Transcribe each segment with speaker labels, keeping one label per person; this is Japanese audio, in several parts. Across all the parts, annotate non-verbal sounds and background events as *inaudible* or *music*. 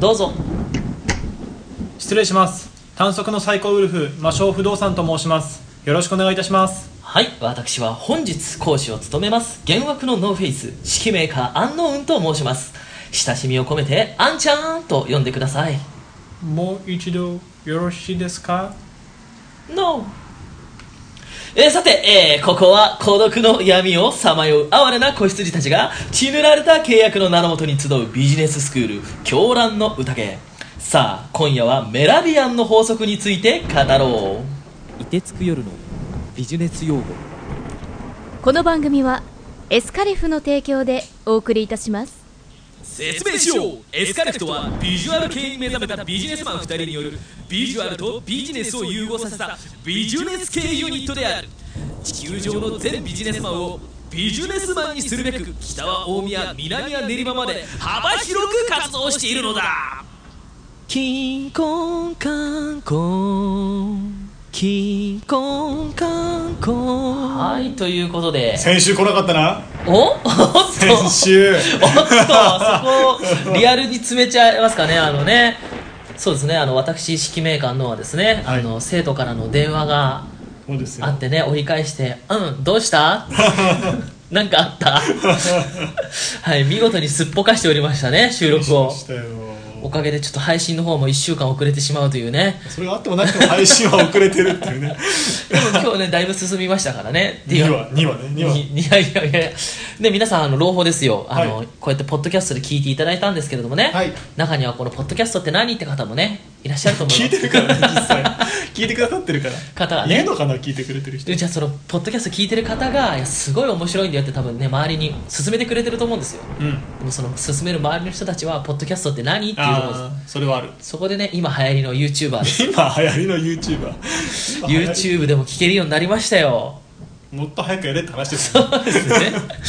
Speaker 1: どうぞ
Speaker 2: 失礼します短足のサイコウルフ魔性不動産と申しますよろしくお願いいたします
Speaker 1: はい私は本日講師を務めます幻惑のノーフェイス指揮メーカーアンノーンと申します親しみを込めてアンちゃんと呼んでください
Speaker 2: もう一度よろしいですか
Speaker 1: No えーさて、えーここは孤独の闇をさまよう哀れな子羊たちが血塗られた契約の名のもとに集うビジネススクール狂乱の宴さあ今夜はメラビアンの法則について語ろう
Speaker 3: 凍てつく夜のビジネス用語
Speaker 4: この番組はエスカリフの提供でお送りいたします
Speaker 5: 説明しようエスカレフトはビジュアル系に目覚めたビジネスマン2人によるビジュアルとビジネスを融合させたビジネス系ユニットである地球上の全ビジネスマンをビジネスマンにするべく北は大宮南は練馬まで幅広く活動しているのだ
Speaker 1: キンコンカンコンキンコンカンコンはいということで
Speaker 2: 先週来なかったな
Speaker 1: お *laughs* おっとおっと
Speaker 2: 先週
Speaker 1: *laughs* そこをリアルに詰めちゃいますかねあのねそうですねあの私指揮メーカーのはですね、
Speaker 2: はい
Speaker 1: あの生徒からの電話が
Speaker 2: そうですよ
Speaker 1: あってね折り返して「うんどう
Speaker 2: *laughs*
Speaker 1: した? 」なんかあったはい見事にすっぽかしておりましたね収録を
Speaker 2: したよ
Speaker 1: おかげでちょっと配信の方も1週間遅れてしまうというね
Speaker 2: それがあってもなくても配信は遅れてるっていうね
Speaker 1: でも今日ねだいぶ進みましたからねってい
Speaker 2: 2
Speaker 1: う
Speaker 2: 話2話ね2話
Speaker 1: にいやいやいやで皆さんあの朗報ですよあの、
Speaker 2: はい
Speaker 1: こうやってポッドキャストで聞いていただいたんですけれどもね、
Speaker 2: はい
Speaker 1: 中にはこのポッドキャストって何って方もねいらっしゃると思います
Speaker 2: 聞いてるからね実 *laughs* 際聞いてくださってるから
Speaker 1: 方が
Speaker 2: いる
Speaker 1: ね
Speaker 2: のかな聞いてくれてる人
Speaker 1: でじゃあそのポッドキャスト聞いてる方がいやすごい面白いんだよって多分ね周りに勧めてくれてると思うんですよ
Speaker 2: うん
Speaker 1: でもその勧める周りの人たちはポッドキャストって何っていうところで
Speaker 2: ああそれはある
Speaker 1: すそこでね今流行りの YouTuber です
Speaker 2: 今流行りの YouTuber 今 *laughs* 流行り
Speaker 1: YouTube でも聞けるようになりましたよ
Speaker 2: もっと早くやれって話です *laughs* よ
Speaker 1: そうですね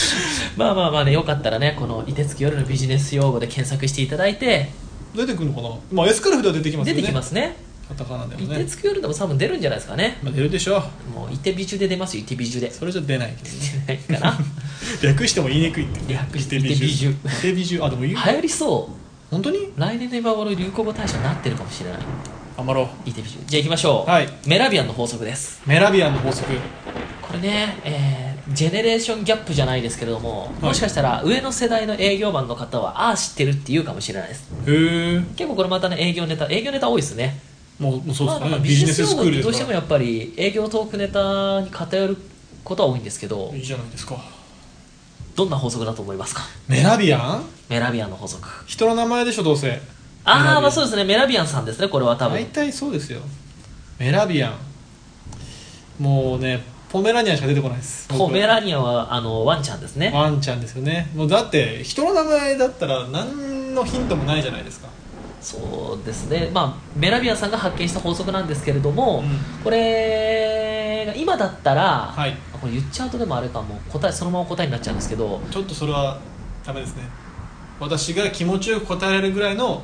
Speaker 1: *laughs* まあまあまあねよかったらねこの「凍てつき夜のビジネス用語」で検索していただいて
Speaker 2: 出てくるのかなまあエスカルフでは出てきます
Speaker 1: 出
Speaker 2: よね
Speaker 1: てきますね
Speaker 2: カタカナでも
Speaker 1: いて
Speaker 2: ね
Speaker 1: つくよりでも多分出るんじゃないですかね
Speaker 2: まあ出るでしょう
Speaker 1: もういてびじゅで出ますよいてびじゅで
Speaker 2: それじゃ出ないけど
Speaker 1: 出ないか
Speaker 2: *laughs*
Speaker 1: な
Speaker 2: 略しても言いにくいって
Speaker 1: 略して
Speaker 2: イテビジュ
Speaker 1: イテビ
Speaker 2: イテビジュあでもいい
Speaker 1: 流行りそ
Speaker 2: 本当に
Speaker 1: う来年の今頃流行語大賞になってるかもしれない
Speaker 2: 頑張ろう
Speaker 1: いてびじゅじゃあ行きましょう、
Speaker 2: はい
Speaker 1: メラビアンの法則です
Speaker 2: メラビアンの法則
Speaker 1: これねえージェネレーションギャップじゃないですけれども、もしかしたら上の世代の営業マンの方はああ知ってるって言うかもしれないです
Speaker 2: へえ
Speaker 1: 結構これまたね営業ネタ営業ネタ多いですね
Speaker 2: もうもうそうで
Speaker 1: まあ
Speaker 2: すね
Speaker 1: なんか
Speaker 2: ビジネススクー
Speaker 1: ビ
Speaker 2: ル
Speaker 1: ジネス用語ってどうし
Speaker 2: です
Speaker 1: て
Speaker 2: か
Speaker 1: も
Speaker 2: ら
Speaker 1: やっぱり営業トークネタに偏ることは多いんですけど
Speaker 2: いいじゃないですか
Speaker 1: どんな法則だと思いますか
Speaker 2: メラビアン
Speaker 1: メラビアンの法則
Speaker 2: 人の名前でしょどうせメラビ
Speaker 1: あ
Speaker 2: ア
Speaker 1: あ
Speaker 2: ン
Speaker 1: まあそうですねメラビアンさんですねこれは多
Speaker 2: 大
Speaker 1: 分
Speaker 2: 体そうですよメラビアンもうねポメラニアンしか出てこないです
Speaker 1: ポメラニアンはあのワンちゃんですね
Speaker 2: ワンちゃんですよねもうだって人の名前だったら何のヒントもないじゃないですか
Speaker 1: そうですねまあメラビアンさんが発見した法則なんですけれども、
Speaker 2: うん
Speaker 1: これが今だったら、
Speaker 2: はい
Speaker 1: あこれ言っちゃうとでもあれかもう答えそのまま答えになっちゃうんですけど
Speaker 2: ちょっとそれはダメですね私が気持ちよく答えられるぐらいの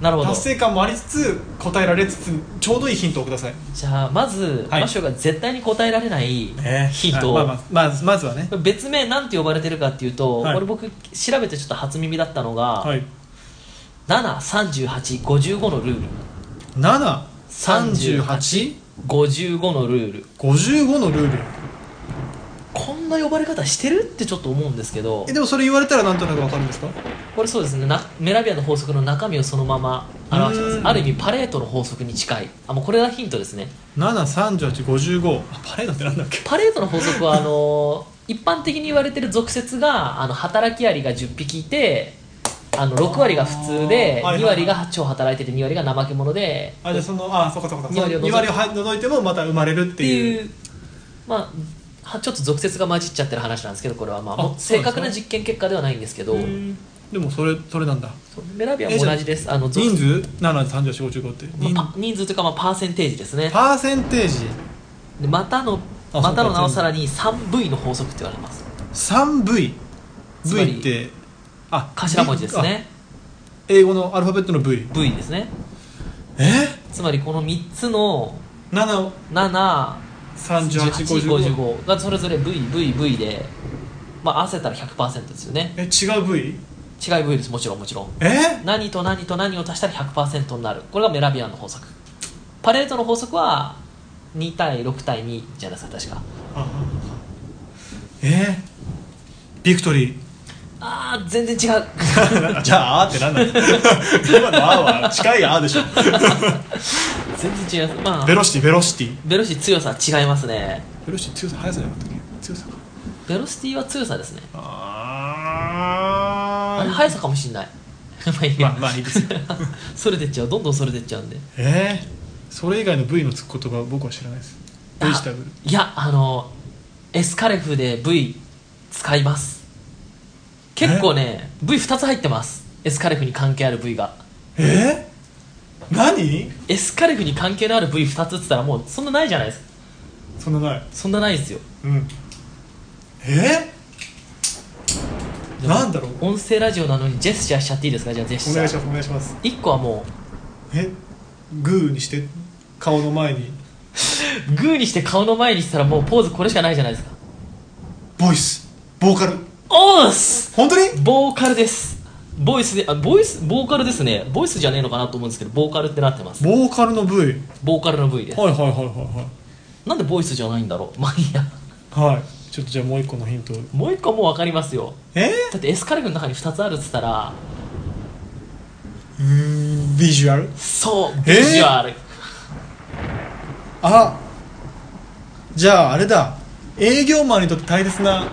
Speaker 1: なるほど
Speaker 2: 達成感もありつつ答えられつつちょうどいいヒントをください
Speaker 1: じゃあまず、
Speaker 2: はい
Speaker 1: マシュが絶対に答えられないヒントを、
Speaker 2: はいまあまあ、まずまずはね
Speaker 1: 別名なんて呼ばれてるかっていうと、
Speaker 2: はい
Speaker 1: これ僕調べてちょっと初耳だったのが、
Speaker 2: はい
Speaker 1: 73855のルール
Speaker 2: 73855
Speaker 1: 55のルール
Speaker 2: のルール
Speaker 1: こんな呼ばれ方してるってちょっと思うんですけど
Speaker 2: えでもそれ言われたらなんとなくわかるんですか
Speaker 1: これそうですねなメラビアの法則の中身をそのまま表してま
Speaker 2: う
Speaker 1: す
Speaker 2: ん
Speaker 1: ある意味パレートの法則に近いあもうこれがヒントですね
Speaker 2: 73855あパレードってなんだっけ
Speaker 1: パレートの法則はあの *laughs* 一般的に言われてる俗説があの働きアリが10匹いてあの6割が普通で
Speaker 2: あーはいは
Speaker 1: 2
Speaker 2: い
Speaker 1: 割が超働いてて2割が怠け者で
Speaker 2: あじゃあそのあそうかそうかそう
Speaker 1: 二
Speaker 2: か
Speaker 1: 割を除い
Speaker 2: 2割をは除いてもまた生まれる
Speaker 1: っ
Speaker 2: っ
Speaker 1: てて
Speaker 2: いう
Speaker 1: いうまあはちょっと俗説が混じっちゃってる話なんですけどこれはまあ
Speaker 2: あ
Speaker 1: もう
Speaker 2: そ
Speaker 1: 正
Speaker 2: うなんですね
Speaker 1: 確な実験結果ではないんですけど
Speaker 2: へーでもそれそれなんだ
Speaker 1: そうメラビアも同じですあの俗
Speaker 2: 人数73855って人
Speaker 1: まあパ人数というかまあパーセンテージですね
Speaker 2: パーセンテージ
Speaker 1: でまたの
Speaker 2: あ
Speaker 1: またの
Speaker 2: そうか
Speaker 1: なおさらに 3V の法則って言われます
Speaker 2: 3V
Speaker 1: つまり
Speaker 2: V ってあ
Speaker 1: 頭文字ですね
Speaker 2: あ英語のアルファベットの V
Speaker 1: V ですね
Speaker 2: え
Speaker 1: つまりこの3つの
Speaker 2: 7
Speaker 1: 7
Speaker 2: 38 55
Speaker 1: 8がそれぞれ VVV でまあ合わせたら100%ですよね
Speaker 2: え違う V?
Speaker 1: 違い部位ですもちろんもちろん
Speaker 2: え
Speaker 1: 何と何と何を足したら100%になるこれがメラビアンの法則パレートの法則は2対6対2じゃないですか確か
Speaker 2: えビクトリ
Speaker 1: ああ全然違う *laughs*
Speaker 2: ー *laughs* じゃああーってなんだ今のあーは近いあーでし *laughs* ょ
Speaker 1: 全然違いますまあ
Speaker 2: ベロシティベロシティ
Speaker 1: ベロシティ強さ違いますね
Speaker 2: ベロシティ強さ速さじゃなかったっけ強さか
Speaker 1: ベロシティは強さですねあ
Speaker 2: あ
Speaker 1: れ
Speaker 2: ー
Speaker 1: 速さかもしんない *laughs* まあいいや
Speaker 2: まあまあいいですよ
Speaker 1: *laughs* それでっちゃうどんどんそれでっちゃうんで
Speaker 2: えー、それ以外の部位のつく言葉は僕は知らないですベジタブル
Speaker 1: いやあのエスカレフで V 使います結構ね V2 つ入ってますエスカレフに関係ある V が
Speaker 2: えー、何
Speaker 1: エスカレフに関係のある V2 つっつったらもうそんなないじゃないですか
Speaker 2: そんなない
Speaker 1: そんなないですよ
Speaker 2: うんえ
Speaker 1: で
Speaker 2: ー、
Speaker 1: も
Speaker 2: なんだろう
Speaker 1: 音声ラジオなのにジェスチャーしちゃっていいですかじゃあジェス
Speaker 2: お
Speaker 1: チャ
Speaker 2: 願いし
Speaker 1: ー
Speaker 2: ますお願いします
Speaker 1: 1個はも
Speaker 2: えグーにして顔の前に
Speaker 1: うグーにして顔の前にしたらもうポーズこれしかないじゃないですか
Speaker 2: ボイスボーカル
Speaker 1: おーっす
Speaker 2: 本当に
Speaker 1: ボーカルですボイスであボイスボーカルですねボイスじゃねえのかなと思うんですけどボーカルってなってます
Speaker 2: ボーカルの部位
Speaker 1: ボーカルの部位です
Speaker 2: はいはいはいは
Speaker 1: なんでボイスじゃないんだろう *laughs* まあいいや
Speaker 2: いはいはいちょっとじゃあもう一個のヒント
Speaker 1: もう一個もう分かりますよ
Speaker 2: え
Speaker 1: だってエスカレフの中に2つあるっつったら
Speaker 2: うーんビジュアル
Speaker 1: そう
Speaker 2: えー
Speaker 1: ビジュアル、
Speaker 2: あじゃああれだ営業マンにとって大切な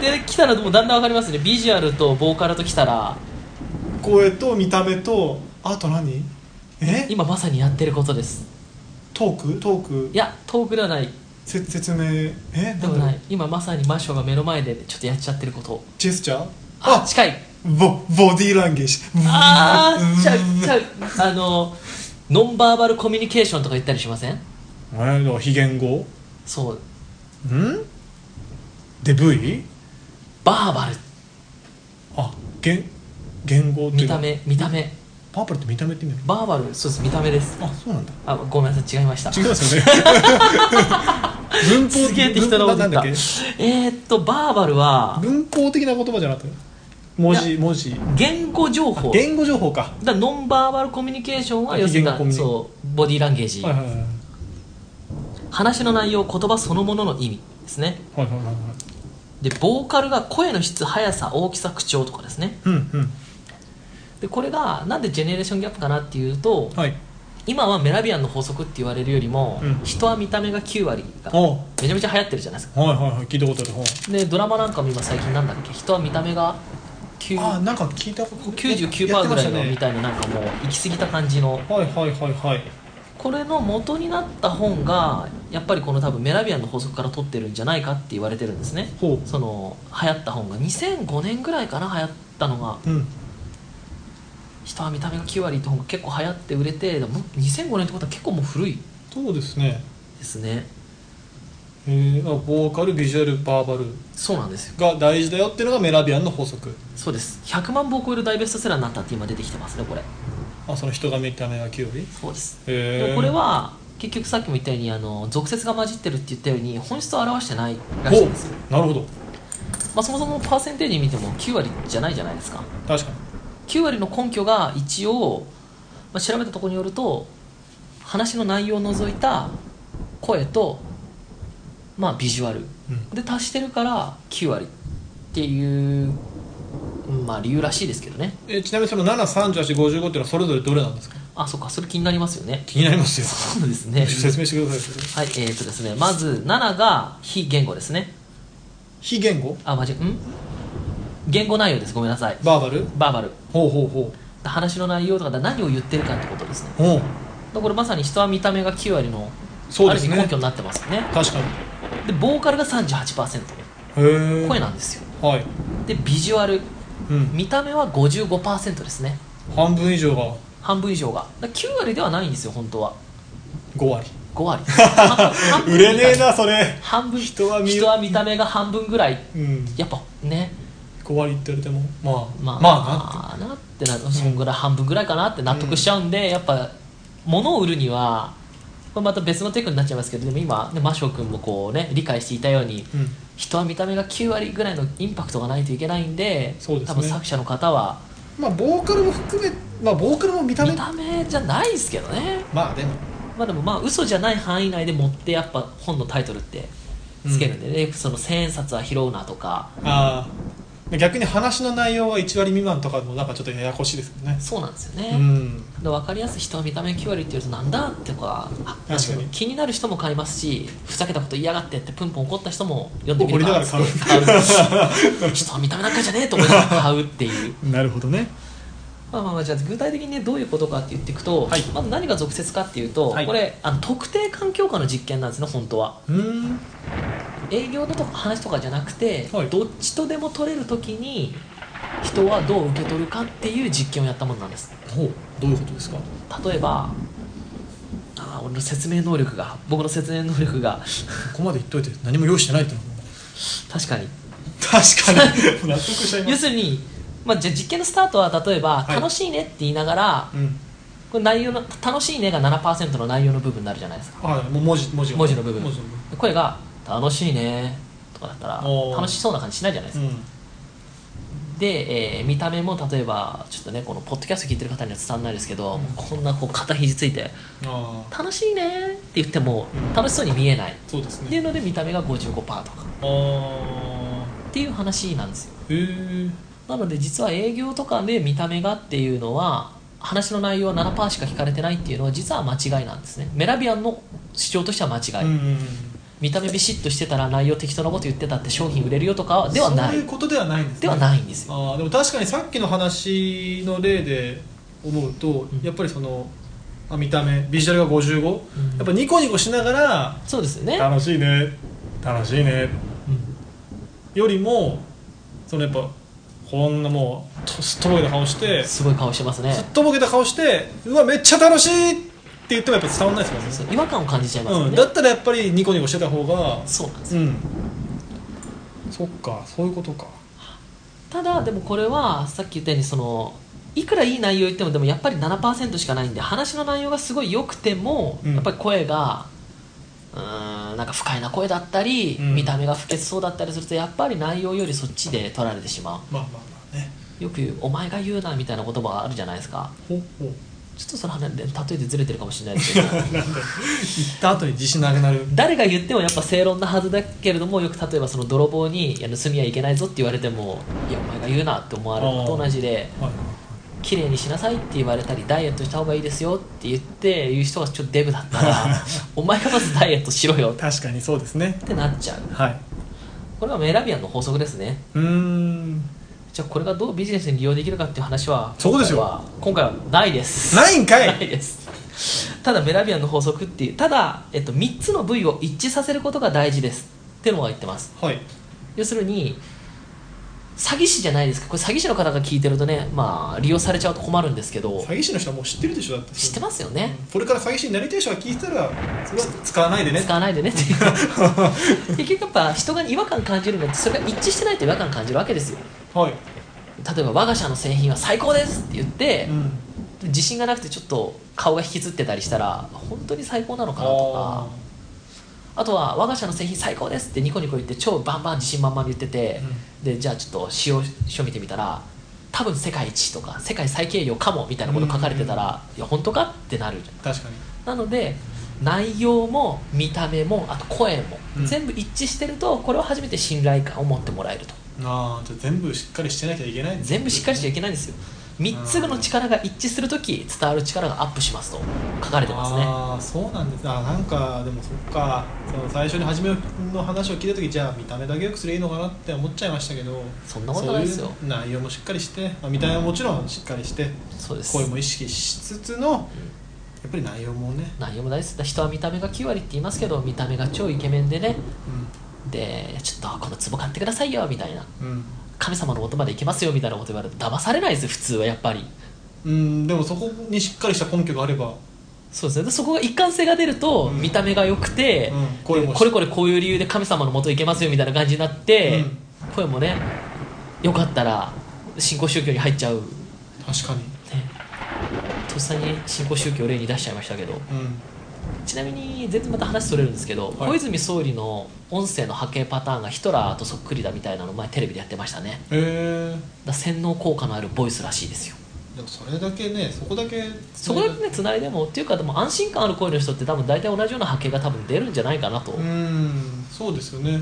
Speaker 1: で来たらもうだんだん分かりますねビジュアルとボーカルと来たら
Speaker 2: 声と見た目とあと何え
Speaker 1: 今まさにやってることです
Speaker 2: トークトー
Speaker 1: い
Speaker 2: ク
Speaker 1: や遠くではない
Speaker 2: せ説明え
Speaker 1: で
Speaker 2: な
Speaker 1: も
Speaker 2: んだ
Speaker 1: ない
Speaker 2: ろ
Speaker 1: う今まさにマショが目の前でちょっとやっちゃってること
Speaker 2: ジェスチャー
Speaker 1: あ
Speaker 2: あ
Speaker 1: 近い
Speaker 2: ボボディーランゲージ
Speaker 1: ああちゃうち
Speaker 2: ゃ
Speaker 1: ゃうあのノンバーバルコミュニケーションとか言ったりしません
Speaker 2: えの非言語
Speaker 1: そう
Speaker 2: んで部位
Speaker 1: バーバル
Speaker 2: あ言言語ってい
Speaker 1: 見
Speaker 2: うか
Speaker 1: た目見た目
Speaker 2: パープルって見た目って意味なの
Speaker 1: バーバルそうです見た目です
Speaker 2: あそうなんだ
Speaker 1: あごめんなさい違いました
Speaker 2: 違うん
Speaker 1: *laughs*
Speaker 2: ですよね文法
Speaker 1: すげえ適当なこと
Speaker 2: 文法
Speaker 1: 言
Speaker 2: な
Speaker 1: っ
Speaker 2: んだ
Speaker 1: た
Speaker 2: っけ
Speaker 1: えーっとバーバルは
Speaker 2: 文法的な言葉じゃなくて文
Speaker 1: い
Speaker 2: 字文字
Speaker 1: 言語情報
Speaker 2: 言語情報か
Speaker 1: だからノンバーバルコミュニケーションは
Speaker 2: あ
Speaker 1: 要する
Speaker 2: 非言語コミュ
Speaker 1: に
Speaker 2: ニケ
Speaker 1: そうボディーランゲージ、
Speaker 2: はいはいはいはい
Speaker 1: 話の内容言葉そのものの意味ですね
Speaker 2: はいはいはい
Speaker 1: でボーカルが声の質速さ大きさ口調とかですね
Speaker 2: うんうん
Speaker 1: でこれがなんでジェネレーションギャップかなっていうと
Speaker 2: はい
Speaker 1: 今はメラビアンの法則って言われるよりも、
Speaker 2: うん
Speaker 1: 人は見た目が9割が
Speaker 2: おはい
Speaker 1: めちゃめちゃ流行ってるじゃないですか
Speaker 2: はいはい聞いたことあるほう
Speaker 1: でドラマなんかも今最近なんだっけ人は見た目が
Speaker 2: あ
Speaker 1: 9
Speaker 2: なんか聞いたことやっ
Speaker 1: 99%
Speaker 2: て
Speaker 1: ぐ
Speaker 2: ま
Speaker 1: ら
Speaker 2: した
Speaker 1: いの
Speaker 2: ね
Speaker 1: みたいななんかもう行き過ぎた感じの
Speaker 2: はいはいはいはい
Speaker 1: これの元になった本がやっぱりこの多分メラビアンの法則から取ってるんじゃないかって言われてるんですね
Speaker 2: ほ
Speaker 1: その流行った本が2005年ぐらいかな流行ったのが
Speaker 2: ううん
Speaker 1: 「人は見た目が9割」って本が結構流行って売れてでも2005年ってことは結構もう古い
Speaker 2: そうですね
Speaker 1: ですね
Speaker 2: えー、あボーカルビジュアルバーバル
Speaker 1: そうなんですよ
Speaker 2: が大事だよっていうのがメラビアンの法則
Speaker 1: そうです100万部を超える大ベストセラーになったって今出てきてますねこれ
Speaker 2: あその人が見た目が9割
Speaker 1: そうです
Speaker 2: へ
Speaker 1: で
Speaker 2: え
Speaker 1: もこれは結局さっきも言ったようにあの俗説が混じってるって言ったように本質を表してないらしいんですよ、
Speaker 2: おなるほど
Speaker 1: まあ、そもそもパーセンテージ見ても9割じゃないじゃないですか
Speaker 2: 確かに
Speaker 1: 9割の根拠が一応、まあ、調べたところによると話の内容を除いた声と、まあ、ビジュアル
Speaker 2: うん
Speaker 1: で足してるから9割っていう、まあ、理由らしいですけどね
Speaker 2: えちなみにその73855っていうのはそれぞれどれなんですか
Speaker 1: あそっかそれ気になりますよね
Speaker 2: 気になりますよ
Speaker 1: *laughs* そうです
Speaker 2: *laughs*
Speaker 1: ね
Speaker 2: 説明してください
Speaker 1: はいえー、とですねまず7が非言語ですね
Speaker 2: 非言語
Speaker 1: あ間違えん言語内容ですごめんなさい
Speaker 2: バーバル
Speaker 1: バーバル
Speaker 2: ほうほうほ
Speaker 1: 話の内容とかだ何を言ってるかってことですね
Speaker 2: ううん
Speaker 1: だこれまさに人は見た目が9割の
Speaker 2: そう
Speaker 1: あ
Speaker 2: で
Speaker 1: る意
Speaker 2: す
Speaker 1: 味
Speaker 2: ね
Speaker 1: 根拠になってますよね
Speaker 2: 確かに
Speaker 1: でボーカルが38%
Speaker 2: へえ
Speaker 1: 声なんですよ
Speaker 2: はい、
Speaker 1: でビジュアル
Speaker 2: うん、
Speaker 1: 見た目は55%ですね
Speaker 2: 半分以上が
Speaker 1: 半分以上がだ9割ではないんですよ本当は
Speaker 2: 5割
Speaker 1: 5割
Speaker 2: *laughs*
Speaker 1: 半分
Speaker 2: 売れねえなそれ
Speaker 1: 半分
Speaker 2: 人は見
Speaker 1: 人は見た目が半分ぐらい
Speaker 2: うん
Speaker 1: やっぱね
Speaker 2: 5割って言われてもま
Speaker 1: ま
Speaker 2: あ
Speaker 1: あ、
Speaker 2: まあ
Speaker 1: まあなってなそんぐらい半分ぐらいかなって納得しちゃうんで、やっぱ物を売るにはこれまた別のテクになっちゃいますけどでも今ねマショ君もこうね理解していたように、
Speaker 2: なうん
Speaker 1: 人は見た目が9割ぐらいのインパクトがないといけないんで
Speaker 2: そうですね
Speaker 1: 多分作者の方は
Speaker 2: まあボーカルも含めまあボーカルも見た目
Speaker 1: 見た目じゃないですけどね
Speaker 2: まあでも
Speaker 1: まあでもまあ嘘じゃない範囲内で持ってやっぱ本のタイトルってつけるんでね、その千円札は拾うなとか
Speaker 2: ああ逆に話の内容は1割未満とかもなんかちょっとややこしいですよね
Speaker 1: そうなんですよ
Speaker 2: う
Speaker 1: ね、
Speaker 2: ん
Speaker 1: で分かりやすい人は見た目9割って言うとなんだってかあ
Speaker 2: 確かに
Speaker 1: 気になる人も買いますしふざけたこと言いやがってってプンプン怒った人も読んでみ
Speaker 2: 怒
Speaker 1: る
Speaker 2: りなが
Speaker 1: から
Speaker 2: 買う
Speaker 1: *laughs* 人は見た目なんかじゃねえと思いながら買うって
Speaker 2: *laughs*
Speaker 1: いう
Speaker 2: なるほどね
Speaker 1: まあまあまあじゃあ具体的にねどういうことかって言っていくと、
Speaker 6: はい
Speaker 1: まず何が続説かっていうと、
Speaker 6: はい
Speaker 1: これあの特定環境下の実験なんですね本当は
Speaker 2: うん
Speaker 1: 営業のとか話とかじゃなくて、
Speaker 2: はい
Speaker 1: どっちとでも取れる時に人はどう受け取るかっていう実験をやったものなんです
Speaker 2: ほうどういうことですか
Speaker 1: 例えばあー俺の説明能力が僕の説明能力が *laughs*
Speaker 2: ここまで言っといて何も用意してないってのも
Speaker 1: 確かに
Speaker 2: 確かに納得しちゃいま
Speaker 1: 要
Speaker 2: す
Speaker 1: するに、まあ、じゃあ実験のスタートは例えば「
Speaker 2: い
Speaker 1: 楽しいね」って言いながら、
Speaker 2: うん
Speaker 1: これ内容の「楽しいね」が7%の内容の部分になるじゃないですか
Speaker 2: あもう文字文字が
Speaker 1: 文字の部分
Speaker 2: 文字の部
Speaker 1: で声が「楽しいね」とかだったら
Speaker 2: おー
Speaker 1: 楽しそうな感じしないじゃないですか、
Speaker 2: 分うん
Speaker 1: で、えー見た目も例えばちょっとねこのポッドキャスト聞いてる方には伝わらないですけど、こんなこう肩肘ついて
Speaker 2: あ
Speaker 1: 「
Speaker 2: あ
Speaker 1: 楽しいね」って言っても
Speaker 2: うん
Speaker 1: 楽しそうに見えない、
Speaker 2: そうです
Speaker 1: っていう
Speaker 2: ね
Speaker 1: ので見た目が55%とかっ
Speaker 2: ああ
Speaker 1: ていう話なんですよ
Speaker 2: へえ
Speaker 1: なので実は営業とかで見た目がっていうのは話の内容は7%しか引かれてないっていうのは実は間違いなんですねメラビアンの主張としては間違い、
Speaker 2: うん
Speaker 1: 見た目ビシッとしてたら内容適当なこと言ってたって商品売れるよとかではな
Speaker 2: そういう
Speaker 1: い
Speaker 2: ことではないんです、ね、
Speaker 1: ではないんですよ
Speaker 2: あーでも確かにさっきの話の例で思うと、
Speaker 1: うん
Speaker 2: やっぱりそのあ見た目ビジュアルが55、
Speaker 1: ん
Speaker 2: やっぱニコニコしながら
Speaker 1: そうですよね
Speaker 2: 楽しいね楽しいね
Speaker 1: うん
Speaker 2: よりもそのやっぱこんなもうとすっとぼけた顔してす
Speaker 1: すごい顔してますね
Speaker 2: っとぼけた顔してうわめっちゃ楽しいって言ってもやっぱ伝わらないです
Speaker 1: そ
Speaker 2: もん
Speaker 1: う違和感を感じちゃいますよ
Speaker 2: ね、うん、
Speaker 1: ね、
Speaker 2: だったらやっぱりニコニコしてた方が
Speaker 1: そうなんですよ
Speaker 2: うんそっかそういうことか
Speaker 1: ただでもこれはさっき言ったようにそのいくらいい内容言ってもでもやっぱり7%しかないんで話の内容がすごい良くても、
Speaker 2: うん
Speaker 1: やっぱり声がうーんなんか不快な声だったり、
Speaker 2: うん
Speaker 1: 見た目が不潔そうだったりするとやっぱり内容よりそっちで取られてしま
Speaker 2: まあまあまあね
Speaker 1: うよく言う「お前が言うな」みたいな言葉があるじゃないですか
Speaker 2: ほほ
Speaker 1: ちょっとその話で例えてずれてるかもしれないですけど *laughs*
Speaker 2: 行った後に自信なくなる
Speaker 1: 誰が言ってもやっぱ正論なはずだけれどもよく例えばその泥棒にいや盗みはいけないぞって言われても「いやお前が言うな」って思われるのと同じで。綺麗にしなさいって言われたりダイエットした方がいいですよって言って言う人がちょっとデブだった
Speaker 2: *laughs*
Speaker 1: らお前がまずダイエットしろよっ
Speaker 2: 確かにそうですね
Speaker 1: てなっちゃう
Speaker 2: はい
Speaker 1: これはメラビアンの法則ですね
Speaker 2: うーん
Speaker 1: じゃあこれがどうビジネスに利用できるかっていう話は
Speaker 2: そこですよ
Speaker 1: 今回は今回はないです
Speaker 2: ないんかい
Speaker 1: ないですただメラビアンの法則っていうただ、えっと、3つの部位を一致させることが大事ですってのは言ってます
Speaker 2: はい
Speaker 1: 要するに詐欺師じゃないですかこれ詐欺師の方が聞いてるとねまあ利用されちゃうと困るんですけど
Speaker 2: 詐欺師の人はもう知ってるでしょだって
Speaker 1: 知ってますよね、
Speaker 2: これから詐欺師になりたい人が聞いたらそれは使わないでね
Speaker 1: 使わないでねっていう結局やっぱ人が違和感感じるのってそれが一致してないと違和感感じるわけですよ
Speaker 2: はい
Speaker 1: 例えば我が社の製品は最高ですって言って、
Speaker 2: うん
Speaker 1: 自信がなくてちょっと顔が引きずってたりしたら本当に最高なのかなとかあとは我が社の製品最高ですってニコニコ言って超バンバン自信満々に言ってて、でじゃあちょっと使用書見てみたら多分世界一とか世界最軽量かもみたいなこと書かれてたら、いや本当かってなるじゃん
Speaker 2: 確かに
Speaker 1: なので内容も見た目もあと声も、
Speaker 2: うん
Speaker 1: 全部一致してるとこれを初めて信頼感を持ってもらえると
Speaker 2: ああじゃあ全部しっかりしてなきゃいけないんですね
Speaker 1: 全部しっかりしちゃいけないんですよ3つの力が一致するとき伝わる力がアップしますと書かれてますね
Speaker 2: ああそうなんですあなんかでもそっかその最初に初めの話を聞いた時じゃあ見た目だけよくすればいいのかなって思っちゃいましたけど
Speaker 1: そんなことないですよ
Speaker 2: そういう内容もしっかりして、まあ、見た目はもちろんしっかりして
Speaker 1: そうです
Speaker 2: 声も意識しつつのやっぱり内容もね、
Speaker 1: 内容も大事です人は見た目が9割って言いますけど見た目が超イケメンでねでちょっとこの壺買ってくださいよみたいな
Speaker 2: うんうん
Speaker 1: 神様の元まで行けますよみたいなこと言われて騙されないですよ普通はやっぱり
Speaker 2: うん、でもそこにしっかりした根拠があれば、
Speaker 1: そうですねでそこが一貫性が出ると、
Speaker 2: うん
Speaker 1: 見た目が良くて、
Speaker 2: うん声
Speaker 1: で
Speaker 2: も
Speaker 1: これこれこういう理由で神様のもと行けますよみたいな感じになって、声もねよかったら新興宗教に入っちゃう、ね、
Speaker 2: 確かに、
Speaker 1: とっさに新興宗教を例に出しちゃいましたけど
Speaker 2: うん、
Speaker 1: ちなみに全然また話それるんですけど、小泉総理の音声の波形パターンがヒトラーとそっくりだみたいなの前テレビでやってましたね
Speaker 2: えー
Speaker 1: だから洗脳効果のあるボイスらしいですよ
Speaker 2: でもそれだけねそこだけ
Speaker 1: そこだけねつないでもっていうかでも安心感ある声の人って多分大体同じような波形が多分出るんじゃないかなと、
Speaker 2: うーんそうですよね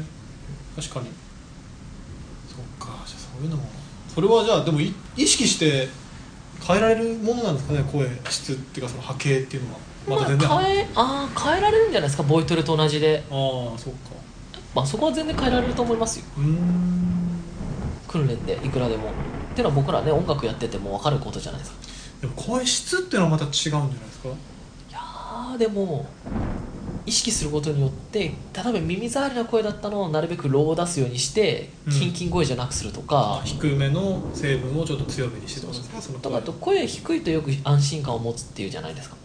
Speaker 2: 確かにそっかじゃあそういうのもそれはじゃあでもい意識して変えられるものなんですかね声質っていうかその波形っていうのはま
Speaker 1: ま
Speaker 2: た
Speaker 1: あ
Speaker 2: 全然、あ
Speaker 1: 変えあー変えられるんじゃないですかボイトレと同じで、
Speaker 2: あーそっか
Speaker 1: まあ、そこは全然変えられると思いますよ
Speaker 2: うーん
Speaker 1: 訓練でいくらでもっていうのは僕らね音楽やってても分かることじゃないですか
Speaker 2: でも声質っていうのはまた違うんじゃないですか
Speaker 1: いやーでも意識することによって例えば耳障りな声だったのをなるべくローを出すようにして、
Speaker 2: うん
Speaker 1: キンキン声じゃなくするとか、
Speaker 2: 低めの成分をちょっと強めにしてってことですかその
Speaker 1: と
Speaker 2: 声
Speaker 1: かあと声低いとよく安心感を持つっていうじゃないですか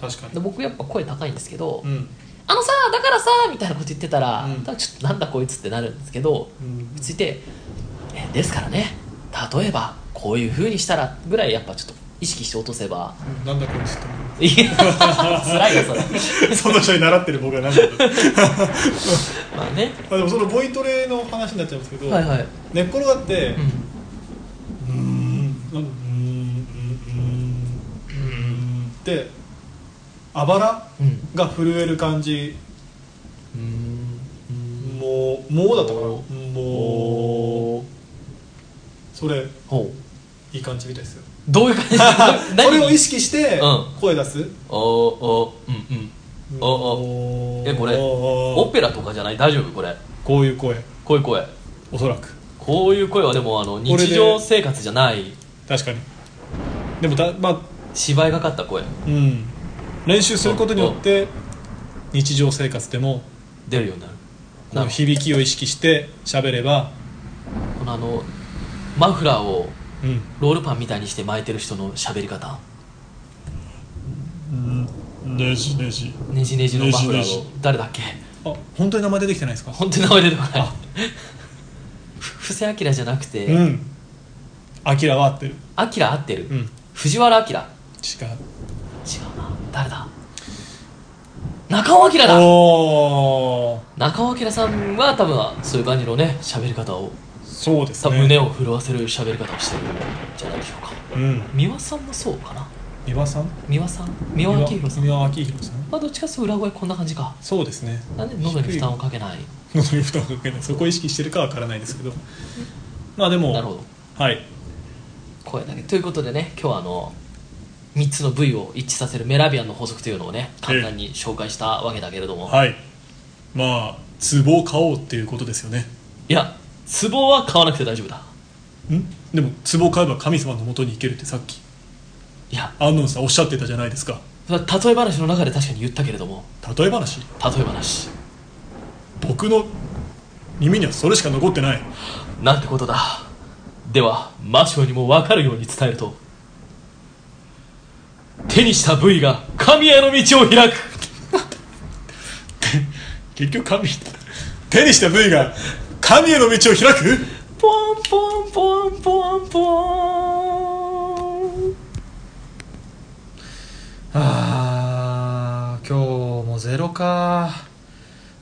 Speaker 2: 確か
Speaker 1: で
Speaker 2: に
Speaker 1: 僕やっぱ声高いんですけど、
Speaker 2: うん、
Speaker 1: あのさだからさみたいなこと言ってたら、
Speaker 2: うん
Speaker 1: 多分ちょっとなんだこいつってなるんですけど
Speaker 2: うん、
Speaker 1: ついてえですからね例えばこういう風にしたらぐらいやっぱちょっと意識して落とせば
Speaker 2: なんだこいつって思いま
Speaker 1: いや辛いよそれ
Speaker 2: すその人に習ってる僕はなんだろう
Speaker 1: まあね
Speaker 2: あでもそのボイトレの話になっちゃうんですけど、
Speaker 1: はいはい、
Speaker 2: 寝っ転がって、
Speaker 1: うん
Speaker 2: うーんうーんうーんうーんうーんってあばら
Speaker 1: うん
Speaker 2: が震える感じもうもうだったかなもうそれ
Speaker 1: ほう
Speaker 2: いい感じみたいですよ
Speaker 1: どういう感
Speaker 2: *laughs*
Speaker 1: じ
Speaker 2: それを意
Speaker 1: 識
Speaker 2: 識して
Speaker 1: う
Speaker 2: 声出す、
Speaker 1: おおうんうんお
Speaker 2: お
Speaker 1: えこれオ
Speaker 2: お
Speaker 1: ペラとかじゃない大丈夫これ
Speaker 2: こういう声
Speaker 1: こういう声
Speaker 2: おそらく
Speaker 1: こういう声はでもあの
Speaker 2: これで
Speaker 1: 日常生活じゃない
Speaker 2: 確かにでもだまあ
Speaker 1: 芝居がかった声
Speaker 2: うん練習することによって日常生活でも
Speaker 1: 出るようになる
Speaker 2: この響きを意識して喋れば
Speaker 1: このあのマフラーを
Speaker 2: うん
Speaker 1: ロールパンみたいにして巻いてる人の喋り方
Speaker 2: ねじねじ
Speaker 1: ねじねじのマフラ
Speaker 2: ねじ
Speaker 1: ー
Speaker 2: ね
Speaker 1: を誰だっけ
Speaker 2: あ本当に名前出てきてないですか
Speaker 1: 本当に名前出てこない
Speaker 2: あ
Speaker 1: ふ布施明じゃなく
Speaker 2: う
Speaker 1: て
Speaker 2: んアキラは合ってる
Speaker 1: 明合ってる、
Speaker 2: うん
Speaker 1: 藤原明違う
Speaker 2: 違
Speaker 1: な誰だ中尾明
Speaker 2: う
Speaker 1: だ
Speaker 2: おー
Speaker 1: 中尾明さんは多分そういう感じのね喋り方を
Speaker 2: そうです
Speaker 1: 多
Speaker 2: ね
Speaker 1: 分胸を震わせる喋り方をしてるんじゃないでしょうか
Speaker 2: うん
Speaker 1: 三輪さんもそうかな
Speaker 2: 三輪さん
Speaker 1: 三輪さん三輪明宏さん
Speaker 2: 三輪明宏さん
Speaker 1: まあどっちかっていうと裏声こんな感じか
Speaker 2: そうですね
Speaker 1: なんで喉に負担をかけない
Speaker 2: 喉に負担をかけないそこを意識してるかは分からないですけどまあでも
Speaker 1: なるほど
Speaker 2: はい
Speaker 1: 声だけということでね今日はあの3つの部位を一致させるメラビアンの法則というのをね簡単に紹介したわけだけれども、
Speaker 2: はいまあ壺を買おうっていうことですよね
Speaker 1: いやツボは買わなくて大丈夫だ
Speaker 2: んでも壺を買えば神様のもとに行けるってさっき
Speaker 1: いや
Speaker 2: 安納さんおっしゃってたじゃないですか
Speaker 1: それは例え話の中で確かに言ったけれども
Speaker 2: 例え話
Speaker 1: 例え話
Speaker 2: 僕の耳にはそれしか残ってない
Speaker 1: なんてことだでは魔性にも分かるように伝えると手にした部位が神への道を開く
Speaker 2: 結局神 *laughs* 手にした部位が神への道を開く
Speaker 1: ポンポンポンポンポン
Speaker 2: あー今日もゼロか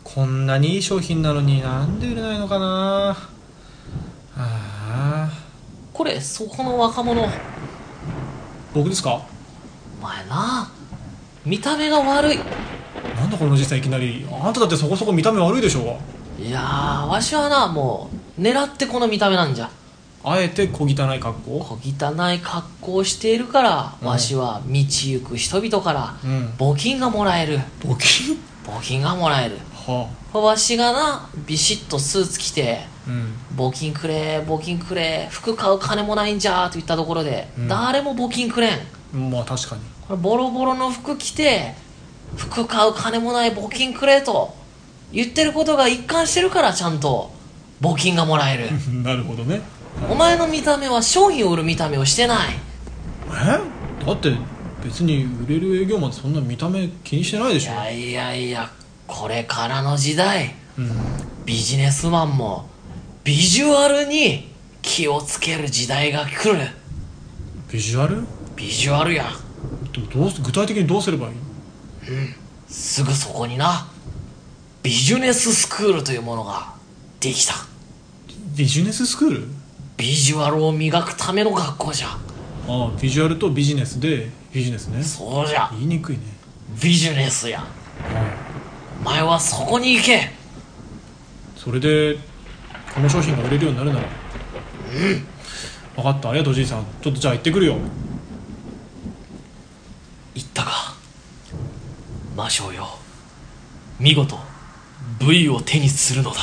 Speaker 2: こんなにいい商品なのになんで売れないのかなあ
Speaker 1: これそこの若者
Speaker 2: 僕ですか
Speaker 1: お前な見た目が悪い
Speaker 2: なんだこのおじさんいきなりあんただってそこそこ見た目悪いでしょ
Speaker 1: いやーわしはなもう狙ってこの見た目なんじゃ
Speaker 2: あえて小汚い格好
Speaker 1: 小汚い格好をしているからわしは道行く人々から
Speaker 2: うん
Speaker 1: 募金がもらえる
Speaker 2: 募金
Speaker 1: 募金がもらえる
Speaker 2: は
Speaker 1: わしがなビシッとスーツ着て
Speaker 2: あうん
Speaker 1: 募金くれ募金くれ服買う金もないんじゃーと言ったところで、
Speaker 2: うん
Speaker 1: 誰も募金くれん
Speaker 2: まあ確かに *laughs*
Speaker 1: これボロボロの服着て服買う金もない募金くれと言ってることが一貫してるからちゃんと募金がもらえる
Speaker 2: *laughs* なるほどね
Speaker 1: お前の見た目は商品を売る見た目をしてない
Speaker 2: えだって別に売れる営業マンってそんな見た目気にしてないで
Speaker 1: い
Speaker 2: しょ
Speaker 1: やいやいやこれからの時代
Speaker 2: うん
Speaker 1: ビジネスマンもビジュアルに気をつける時代が来る
Speaker 2: ビジュアル
Speaker 1: ビジュアルや
Speaker 2: でもどうす具体的にどうすればいい
Speaker 6: すぐそこになビジネススクールというものができた
Speaker 7: ビジネススクール
Speaker 6: ビジュアルを磨くための学校じゃ
Speaker 7: ああビジュアルとビジネスでビジネスね
Speaker 6: そうじゃ
Speaker 7: 言いにくいね
Speaker 6: ビジネスやお前はそこに行け
Speaker 7: それでこの商品が売れるようになるなら分かったありがとうじいさんちょっとじゃあ行ってくるよ
Speaker 6: 言ったか魔性よ見事 V を手にするのだ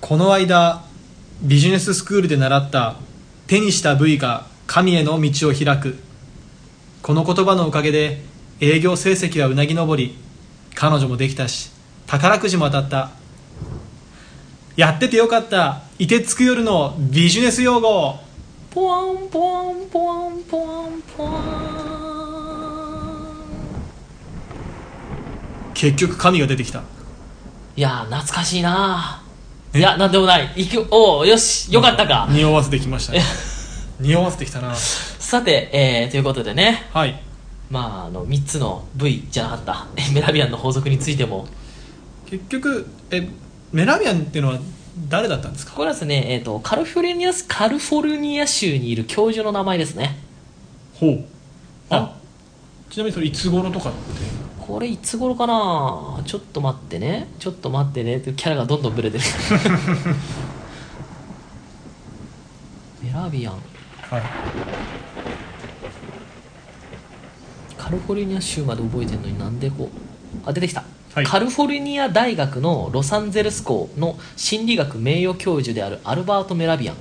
Speaker 2: この間ビジネススクールで習った手にした V が神への道を開くこの言葉のおかげで営業成績はうなぎ登り彼女もできたし宝くじも当たったやっててよかった凍てつく夜のビジネス用語
Speaker 6: ポワンポワンポワンポワンポワン
Speaker 2: 結局神が出てきた
Speaker 6: いや懐かしいないやなんでもない行くおうよしよかったか
Speaker 2: 匂わせてきました
Speaker 6: *laughs*
Speaker 2: ね匂わせてきたな
Speaker 6: さて、えーということでね
Speaker 2: はい
Speaker 6: まああの3つの V じゃなかったえメラビアンの法則についても
Speaker 2: 結局えメラビアンっていうのは誰だったんですか
Speaker 6: これはですね、えー、とカリフォルニアカリフォルニア州にいる教授の名前ですね
Speaker 2: ほう
Speaker 6: あ
Speaker 2: あちなみにそれいつ頃とかって
Speaker 6: これいつ頃かなちょっと待ってねちょっと待ってねってキャラがどんどんブレてるメラビアン
Speaker 2: はい
Speaker 6: カリフォルニア州まで覚えてるのになんでこうあ出てきた、
Speaker 2: はい
Speaker 6: カリフォルニア大学のロサンゼルス校の心理学名誉教授であるアルバート・メラビアン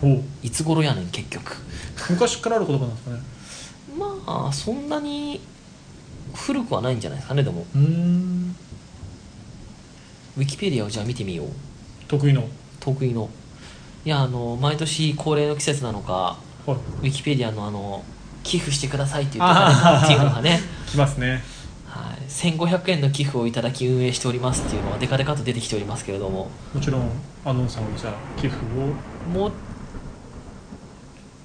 Speaker 2: ほう
Speaker 6: いつ頃やねん結局
Speaker 2: 昔からある言葉なんですかね
Speaker 6: まあそんなに古くはないんじゃないですかねでも
Speaker 2: うーん
Speaker 6: ウィキペディアをじゃあ見てみよう
Speaker 2: 得意の
Speaker 6: 得意のいやあの毎年恒例の季節なのか
Speaker 2: はい
Speaker 6: ウィキペディアのあの寄付してくださいっていうところっていうのがね、
Speaker 2: きますね
Speaker 6: はい、1500円の寄付をいただき運営しておりますっていうのはデカデカと出てきておりますけれども
Speaker 2: もちろんアノンさんはじゃあ寄付を
Speaker 6: もう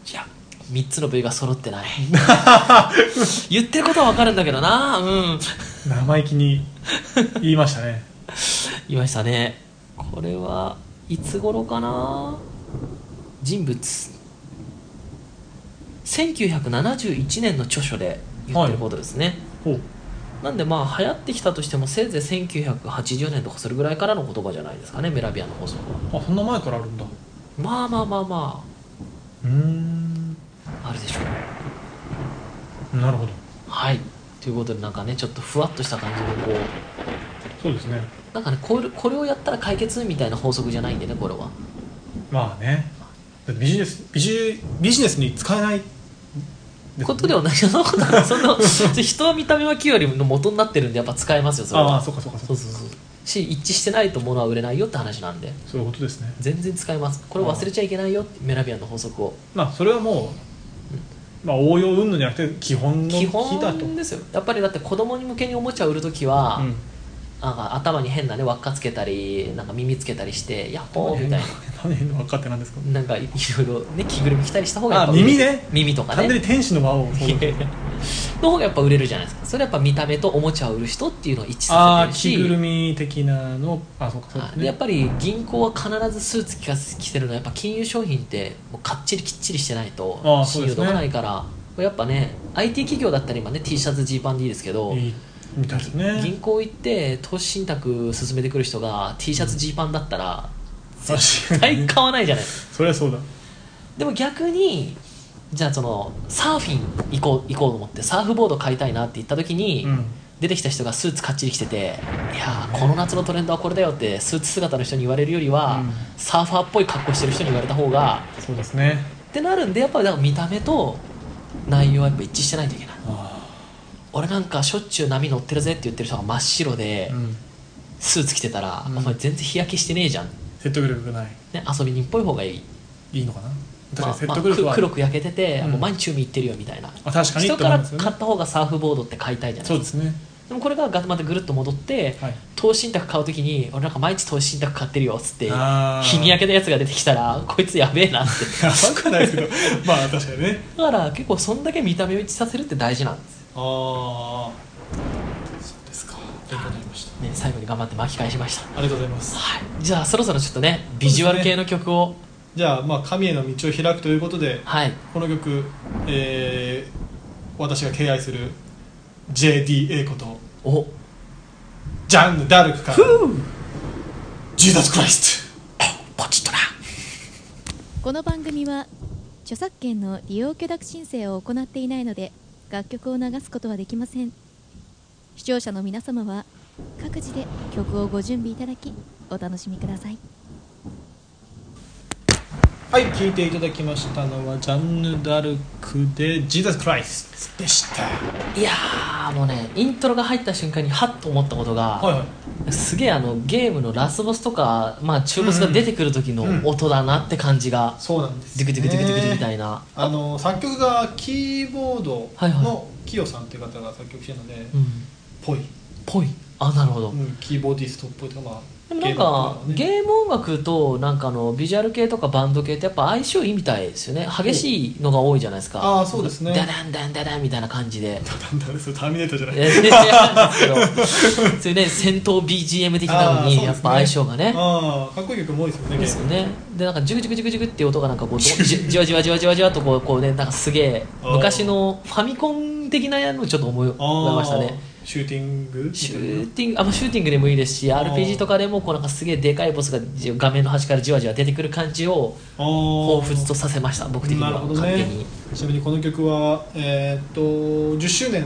Speaker 6: いや3つの部位が揃ってない言ってることは分かるんだけどなうん
Speaker 2: 生意気に言いましたね
Speaker 6: 言いましたねこれはいつ頃かな人物1971年の著書で言ってることですね、
Speaker 2: *laughs* ほう
Speaker 6: なんでまあ流行ってきたとしてもせいぜい1980年とかそれぐらいからの言葉じゃないですかねメラビアの法則は
Speaker 2: あそんな前からあるんだ
Speaker 6: まあまあまあま
Speaker 2: うーん
Speaker 6: ああるでしょう
Speaker 2: なるほど
Speaker 6: はいということでなんかねちょっとふわっとした感じでこう
Speaker 2: そうですね
Speaker 6: なんかねこれこれをやったら解決みたいな法則じゃないんでねこれは
Speaker 2: まあねだってビジネスビジビジネスに使えない
Speaker 6: ことではないそん
Speaker 2: *laughs*
Speaker 6: なことないそんな人は見た目は器よりも元になってるんでやっぱ使えますよそれ
Speaker 2: ああ
Speaker 6: は
Speaker 2: そうかそうかそ
Speaker 6: そうう
Speaker 2: か
Speaker 6: そうそうし一致してないと物は売れないよって話なんで
Speaker 2: そういうことですね
Speaker 6: 全然使えますこれ忘れちゃいけないよメラビアンの法則を
Speaker 2: まあそれはもう、まあ、応用云々じゃなくて基本の
Speaker 6: 基
Speaker 2: 木だと
Speaker 6: 本ですよやっぱりだって子供に向けにおもちゃを売るときは、
Speaker 2: うん
Speaker 6: なんか頭に変なね輪っかつけたりなんか耳つけたりしてヤッホーみたいな
Speaker 2: 何変の分かってなんですか
Speaker 6: なんかいいろいろね着ぐるみ着たりした方がやっぱ
Speaker 2: あ耳ね
Speaker 6: 耳とか
Speaker 2: 完全に
Speaker 6: ね
Speaker 2: 天使の魔王
Speaker 6: の方がやっぱ売れるじゃないですかそれやっぱ見た目とおもちゃを売る人っていうのを一致
Speaker 2: あ
Speaker 6: さ
Speaker 2: あ
Speaker 6: せて
Speaker 2: 着
Speaker 6: る
Speaker 2: ぐる
Speaker 6: し
Speaker 2: み的なのあそうかそうで
Speaker 6: は
Speaker 2: す
Speaker 6: いでやっ
Speaker 2: ね
Speaker 6: ぱり銀行は必ずスーツ着か着てるのはやっぱ金融商品ってもうかっちりきっちりしてない
Speaker 2: あ
Speaker 6: と
Speaker 2: あそう
Speaker 6: 信
Speaker 2: で
Speaker 6: 用
Speaker 2: す
Speaker 6: 度
Speaker 2: ね
Speaker 6: がないから、やっぱね IT 企業だったら今ね T シャツジーパンでいいですけど
Speaker 2: いいみたいです
Speaker 6: 銀
Speaker 2: ね
Speaker 6: 行行って投資信託進めてくる人が T シャツジーパンだっ
Speaker 2: *laughs*
Speaker 6: たら
Speaker 2: 確かに
Speaker 6: 大
Speaker 2: ね
Speaker 6: 買わないじゃな
Speaker 2: *laughs*
Speaker 6: い
Speaker 2: そりゃそうだ
Speaker 6: でも逆にじゃあそのサーフィン行こう行こうと思ってサーフボード買いたいなって言った時に、
Speaker 2: うん
Speaker 6: 出てきた人がスーツかっちり着てていやーこの夏のトレンドはこれだよってスーツ姿の人に言われるよりは、
Speaker 2: うん
Speaker 6: サーファーっぽい格好してる人に言われた方が
Speaker 2: そうですね
Speaker 6: ってなるんでやっぱだから見た目と内容はやっぱ一致してないといけない俺なんかしょっちゅう波乗ってるぜって言ってる人が真っ白で、
Speaker 2: うん
Speaker 6: スーツ着てたら、
Speaker 2: うん
Speaker 6: お前全然日焼けしてねえじゃん、ね、
Speaker 2: 説得力がない
Speaker 6: 遊び人っぽい方がいい、
Speaker 2: いいのかな確か
Speaker 6: ま
Speaker 2: に
Speaker 6: あ
Speaker 2: 説
Speaker 6: まあ
Speaker 2: 得力は
Speaker 6: く
Speaker 2: ある
Speaker 6: 黒く焼けてて、
Speaker 2: うん
Speaker 6: もう毎日海行ってるよみたいな
Speaker 2: あ確かに
Speaker 6: 人
Speaker 2: って
Speaker 6: か
Speaker 2: 思い
Speaker 6: ら
Speaker 2: ますよね
Speaker 6: 買った方がサーフボードって買いたいじゃな
Speaker 2: そ
Speaker 6: いうで
Speaker 2: です
Speaker 6: か
Speaker 2: すね
Speaker 6: でもこれがまたぐるっと戻って、
Speaker 2: はい
Speaker 6: 投資信託買う時に俺なんか毎日投資信託買ってるよっつって
Speaker 2: あー
Speaker 6: 日に焼けたやつが出てきたらこいつやべえなって
Speaker 2: *laughs* 分かんないですけどまあ確かにね
Speaker 6: だから結構そんだけ見た目を一致させるって大事なんですよ
Speaker 2: ああそうですか勉強になりました
Speaker 6: ね、最後に頑張って巻き返しました
Speaker 2: ありがとうございます
Speaker 6: はいじゃあそろそろちょっとねビジュアル系の曲を、
Speaker 2: じゃあまあ神への道を開くということで
Speaker 6: はい
Speaker 2: この曲、えー、私が敬愛する JDA こと
Speaker 6: お
Speaker 2: ジャンヌ・ダルクからジーザス・クライスト
Speaker 6: ポチッとな
Speaker 4: この番組は著作権の利用許諾申請を行っていないので楽曲を流すことはできません視聴者の皆様は各自で曲をご準備いただきお楽しみください
Speaker 2: はい聴いていただきましたのはジャンヌ・ダルクでジーザス・クライストでした
Speaker 6: いやーもうねイントロが入った瞬間にハッと思ったことが、
Speaker 2: はいはい
Speaker 6: すげえあのゲームのラスボスとか、まあ、中ボスが出てくる時の音だなって感じが、
Speaker 2: そうなんです
Speaker 6: デクデクデクデクみた
Speaker 2: ない
Speaker 6: な、
Speaker 2: あの作曲がキーボード
Speaker 6: はいは
Speaker 2: のキヨさんっていう方が作曲してるので、
Speaker 6: うん、
Speaker 2: ぽい、
Speaker 6: ぽいあなるほど、
Speaker 2: うん、キーボーディストっぽいとかまあ
Speaker 6: でもなんかゲ
Speaker 2: ゲームっ
Speaker 6: ーム音楽となんかあのビジュアル系とかバンド系ってやっぱ相性いいみたいですよね激しいのが多いじゃないですか
Speaker 2: あーそうですね
Speaker 6: ダダンダンダダンみたいな感じで
Speaker 2: ぽいなんだねそれターミネーターじゃない
Speaker 6: いや *laughs* いやなんですけどそういうね戦闘 BGM 的なの
Speaker 2: あーそうです
Speaker 6: に
Speaker 2: ね
Speaker 6: やっぱ相性がね
Speaker 2: ああかっこいい曲も多いですよね
Speaker 6: ですよねでなんかジュクジュクジュクジュクっていう音がなんかこうじじわじわじわじわじわっとこうこうねなんかすげえ
Speaker 2: あー
Speaker 6: 昔のファミコン的なやつをちょっと思い思いましたね
Speaker 2: あーシューティング
Speaker 6: シューティングあまあシューティングでもいいですし RPG とかでもこうなんかすげえでかいボスがじ画面の端からじわじわ出てくる感じを彷
Speaker 2: 彷
Speaker 6: 彿とさせました僕的には
Speaker 2: なるほど
Speaker 6: 勝手
Speaker 2: ね
Speaker 6: に
Speaker 2: ちなみにこの曲はえーっと10周年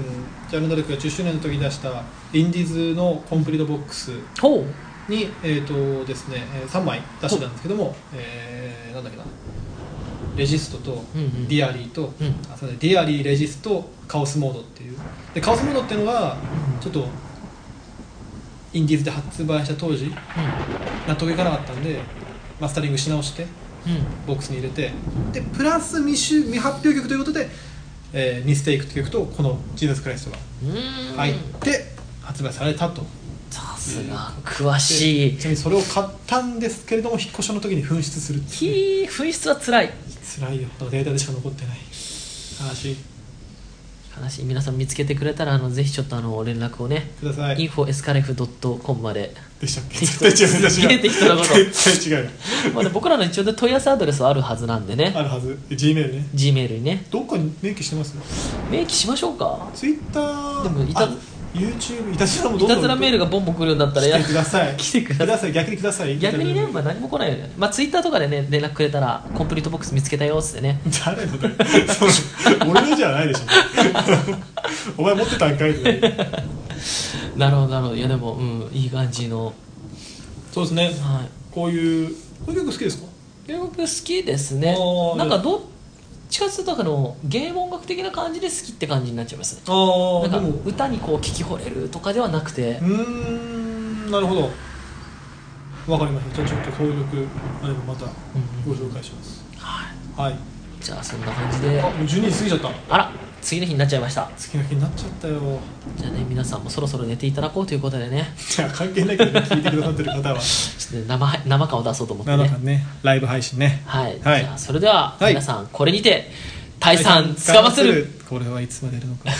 Speaker 2: ジャルナルクが10周年の時に出したインディーズのコンプリートボックス
Speaker 6: ほう
Speaker 2: に、えーとですね、えー3枚出してたんですけども、えーなんだっけなレジストと
Speaker 6: うんうん
Speaker 2: ディアリーと、
Speaker 6: うん
Speaker 2: あそうねディアリーレジストカオスモードっていうでカオスモードっていうのがちょっとインディーズで発売した当時納得いかなかったんでマスタリングし直して
Speaker 6: うんうん
Speaker 2: ボックスに入れてでプラス未収未発表曲ということで「えーミステイク」という曲とこの「ジーザス・クライスト」
Speaker 6: うーん
Speaker 2: が入って発売されたと。
Speaker 6: さすが詳しい
Speaker 2: ちなみにそれを買ったんですけれども引っ越しの時に紛失するっていう
Speaker 6: ひー紛失はつらい
Speaker 2: 辛いよデータでしか残ってない悲しい
Speaker 6: 悲しい皆さん見つけてくれたらあのぜひちょっとあの連絡をね
Speaker 2: ください
Speaker 6: info.escalef.com まで、
Speaker 2: でしたっ
Speaker 6: *laughs*
Speaker 2: け絶対違う
Speaker 6: 適当なこ
Speaker 2: *laughs*
Speaker 6: と
Speaker 2: 絶対違う
Speaker 6: まあね、僕らの一応で問い合わせアドレスはあるはずなんでね
Speaker 2: あるはず G メールね
Speaker 6: G メールにね
Speaker 2: どっかに明記してます
Speaker 6: 明記しましょうか
Speaker 2: ツイッター
Speaker 6: でもいた
Speaker 2: YouTube いたずらもど
Speaker 6: い
Speaker 2: んどん
Speaker 6: たずらメールがボンボン来るようになったらや
Speaker 2: 来てください
Speaker 6: 来てください
Speaker 2: 逆にください
Speaker 6: 逆にね、まあ、何も来ないよね、まあ、ツイッターとかでね連絡くれたらコンプリートボックス見つけたよっつってね
Speaker 2: 誰のだよそう俺のじゃないでしょ *laughs* お前持ってたんかいっ
Speaker 6: *laughs*
Speaker 2: て
Speaker 6: なるほどなるほどいやでもうんいい感じの
Speaker 2: そうですね
Speaker 6: はい
Speaker 2: こういうこういう曲好きですか
Speaker 6: ゲーム好きですね
Speaker 2: あー
Speaker 6: なんかどっちかっていうとあのゲーム音楽的な感じで好きって感じになっちゃいますね
Speaker 2: あ
Speaker 6: な
Speaker 2: あ
Speaker 6: ん
Speaker 2: で
Speaker 6: か
Speaker 2: も
Speaker 6: 歌にこう聞き惚れるとかではなくて
Speaker 2: うーんなるほどわかりましたじゃあちょっと協力あればまたご紹介します、はい、
Speaker 6: じゃあそんな感じで
Speaker 2: あもう12時過ぎちゃった
Speaker 6: あら次の日になっちゃいました
Speaker 2: 次の日になっちゃったよ
Speaker 6: じゃあね皆さんもそろそろ寝ていただこうということでね
Speaker 2: じゃあ関係ないけど、ね、聞いてくださってる
Speaker 6: *laughs*
Speaker 2: 方は
Speaker 6: ちょっとね生生感を出そうと思って
Speaker 2: 7
Speaker 6: ね
Speaker 2: 日ねライブ配信ね
Speaker 6: はい、
Speaker 2: はい
Speaker 6: じゃあそれでは
Speaker 2: はい
Speaker 6: 皆さんこれにて退散つかまつる
Speaker 2: これはいつまでやるのか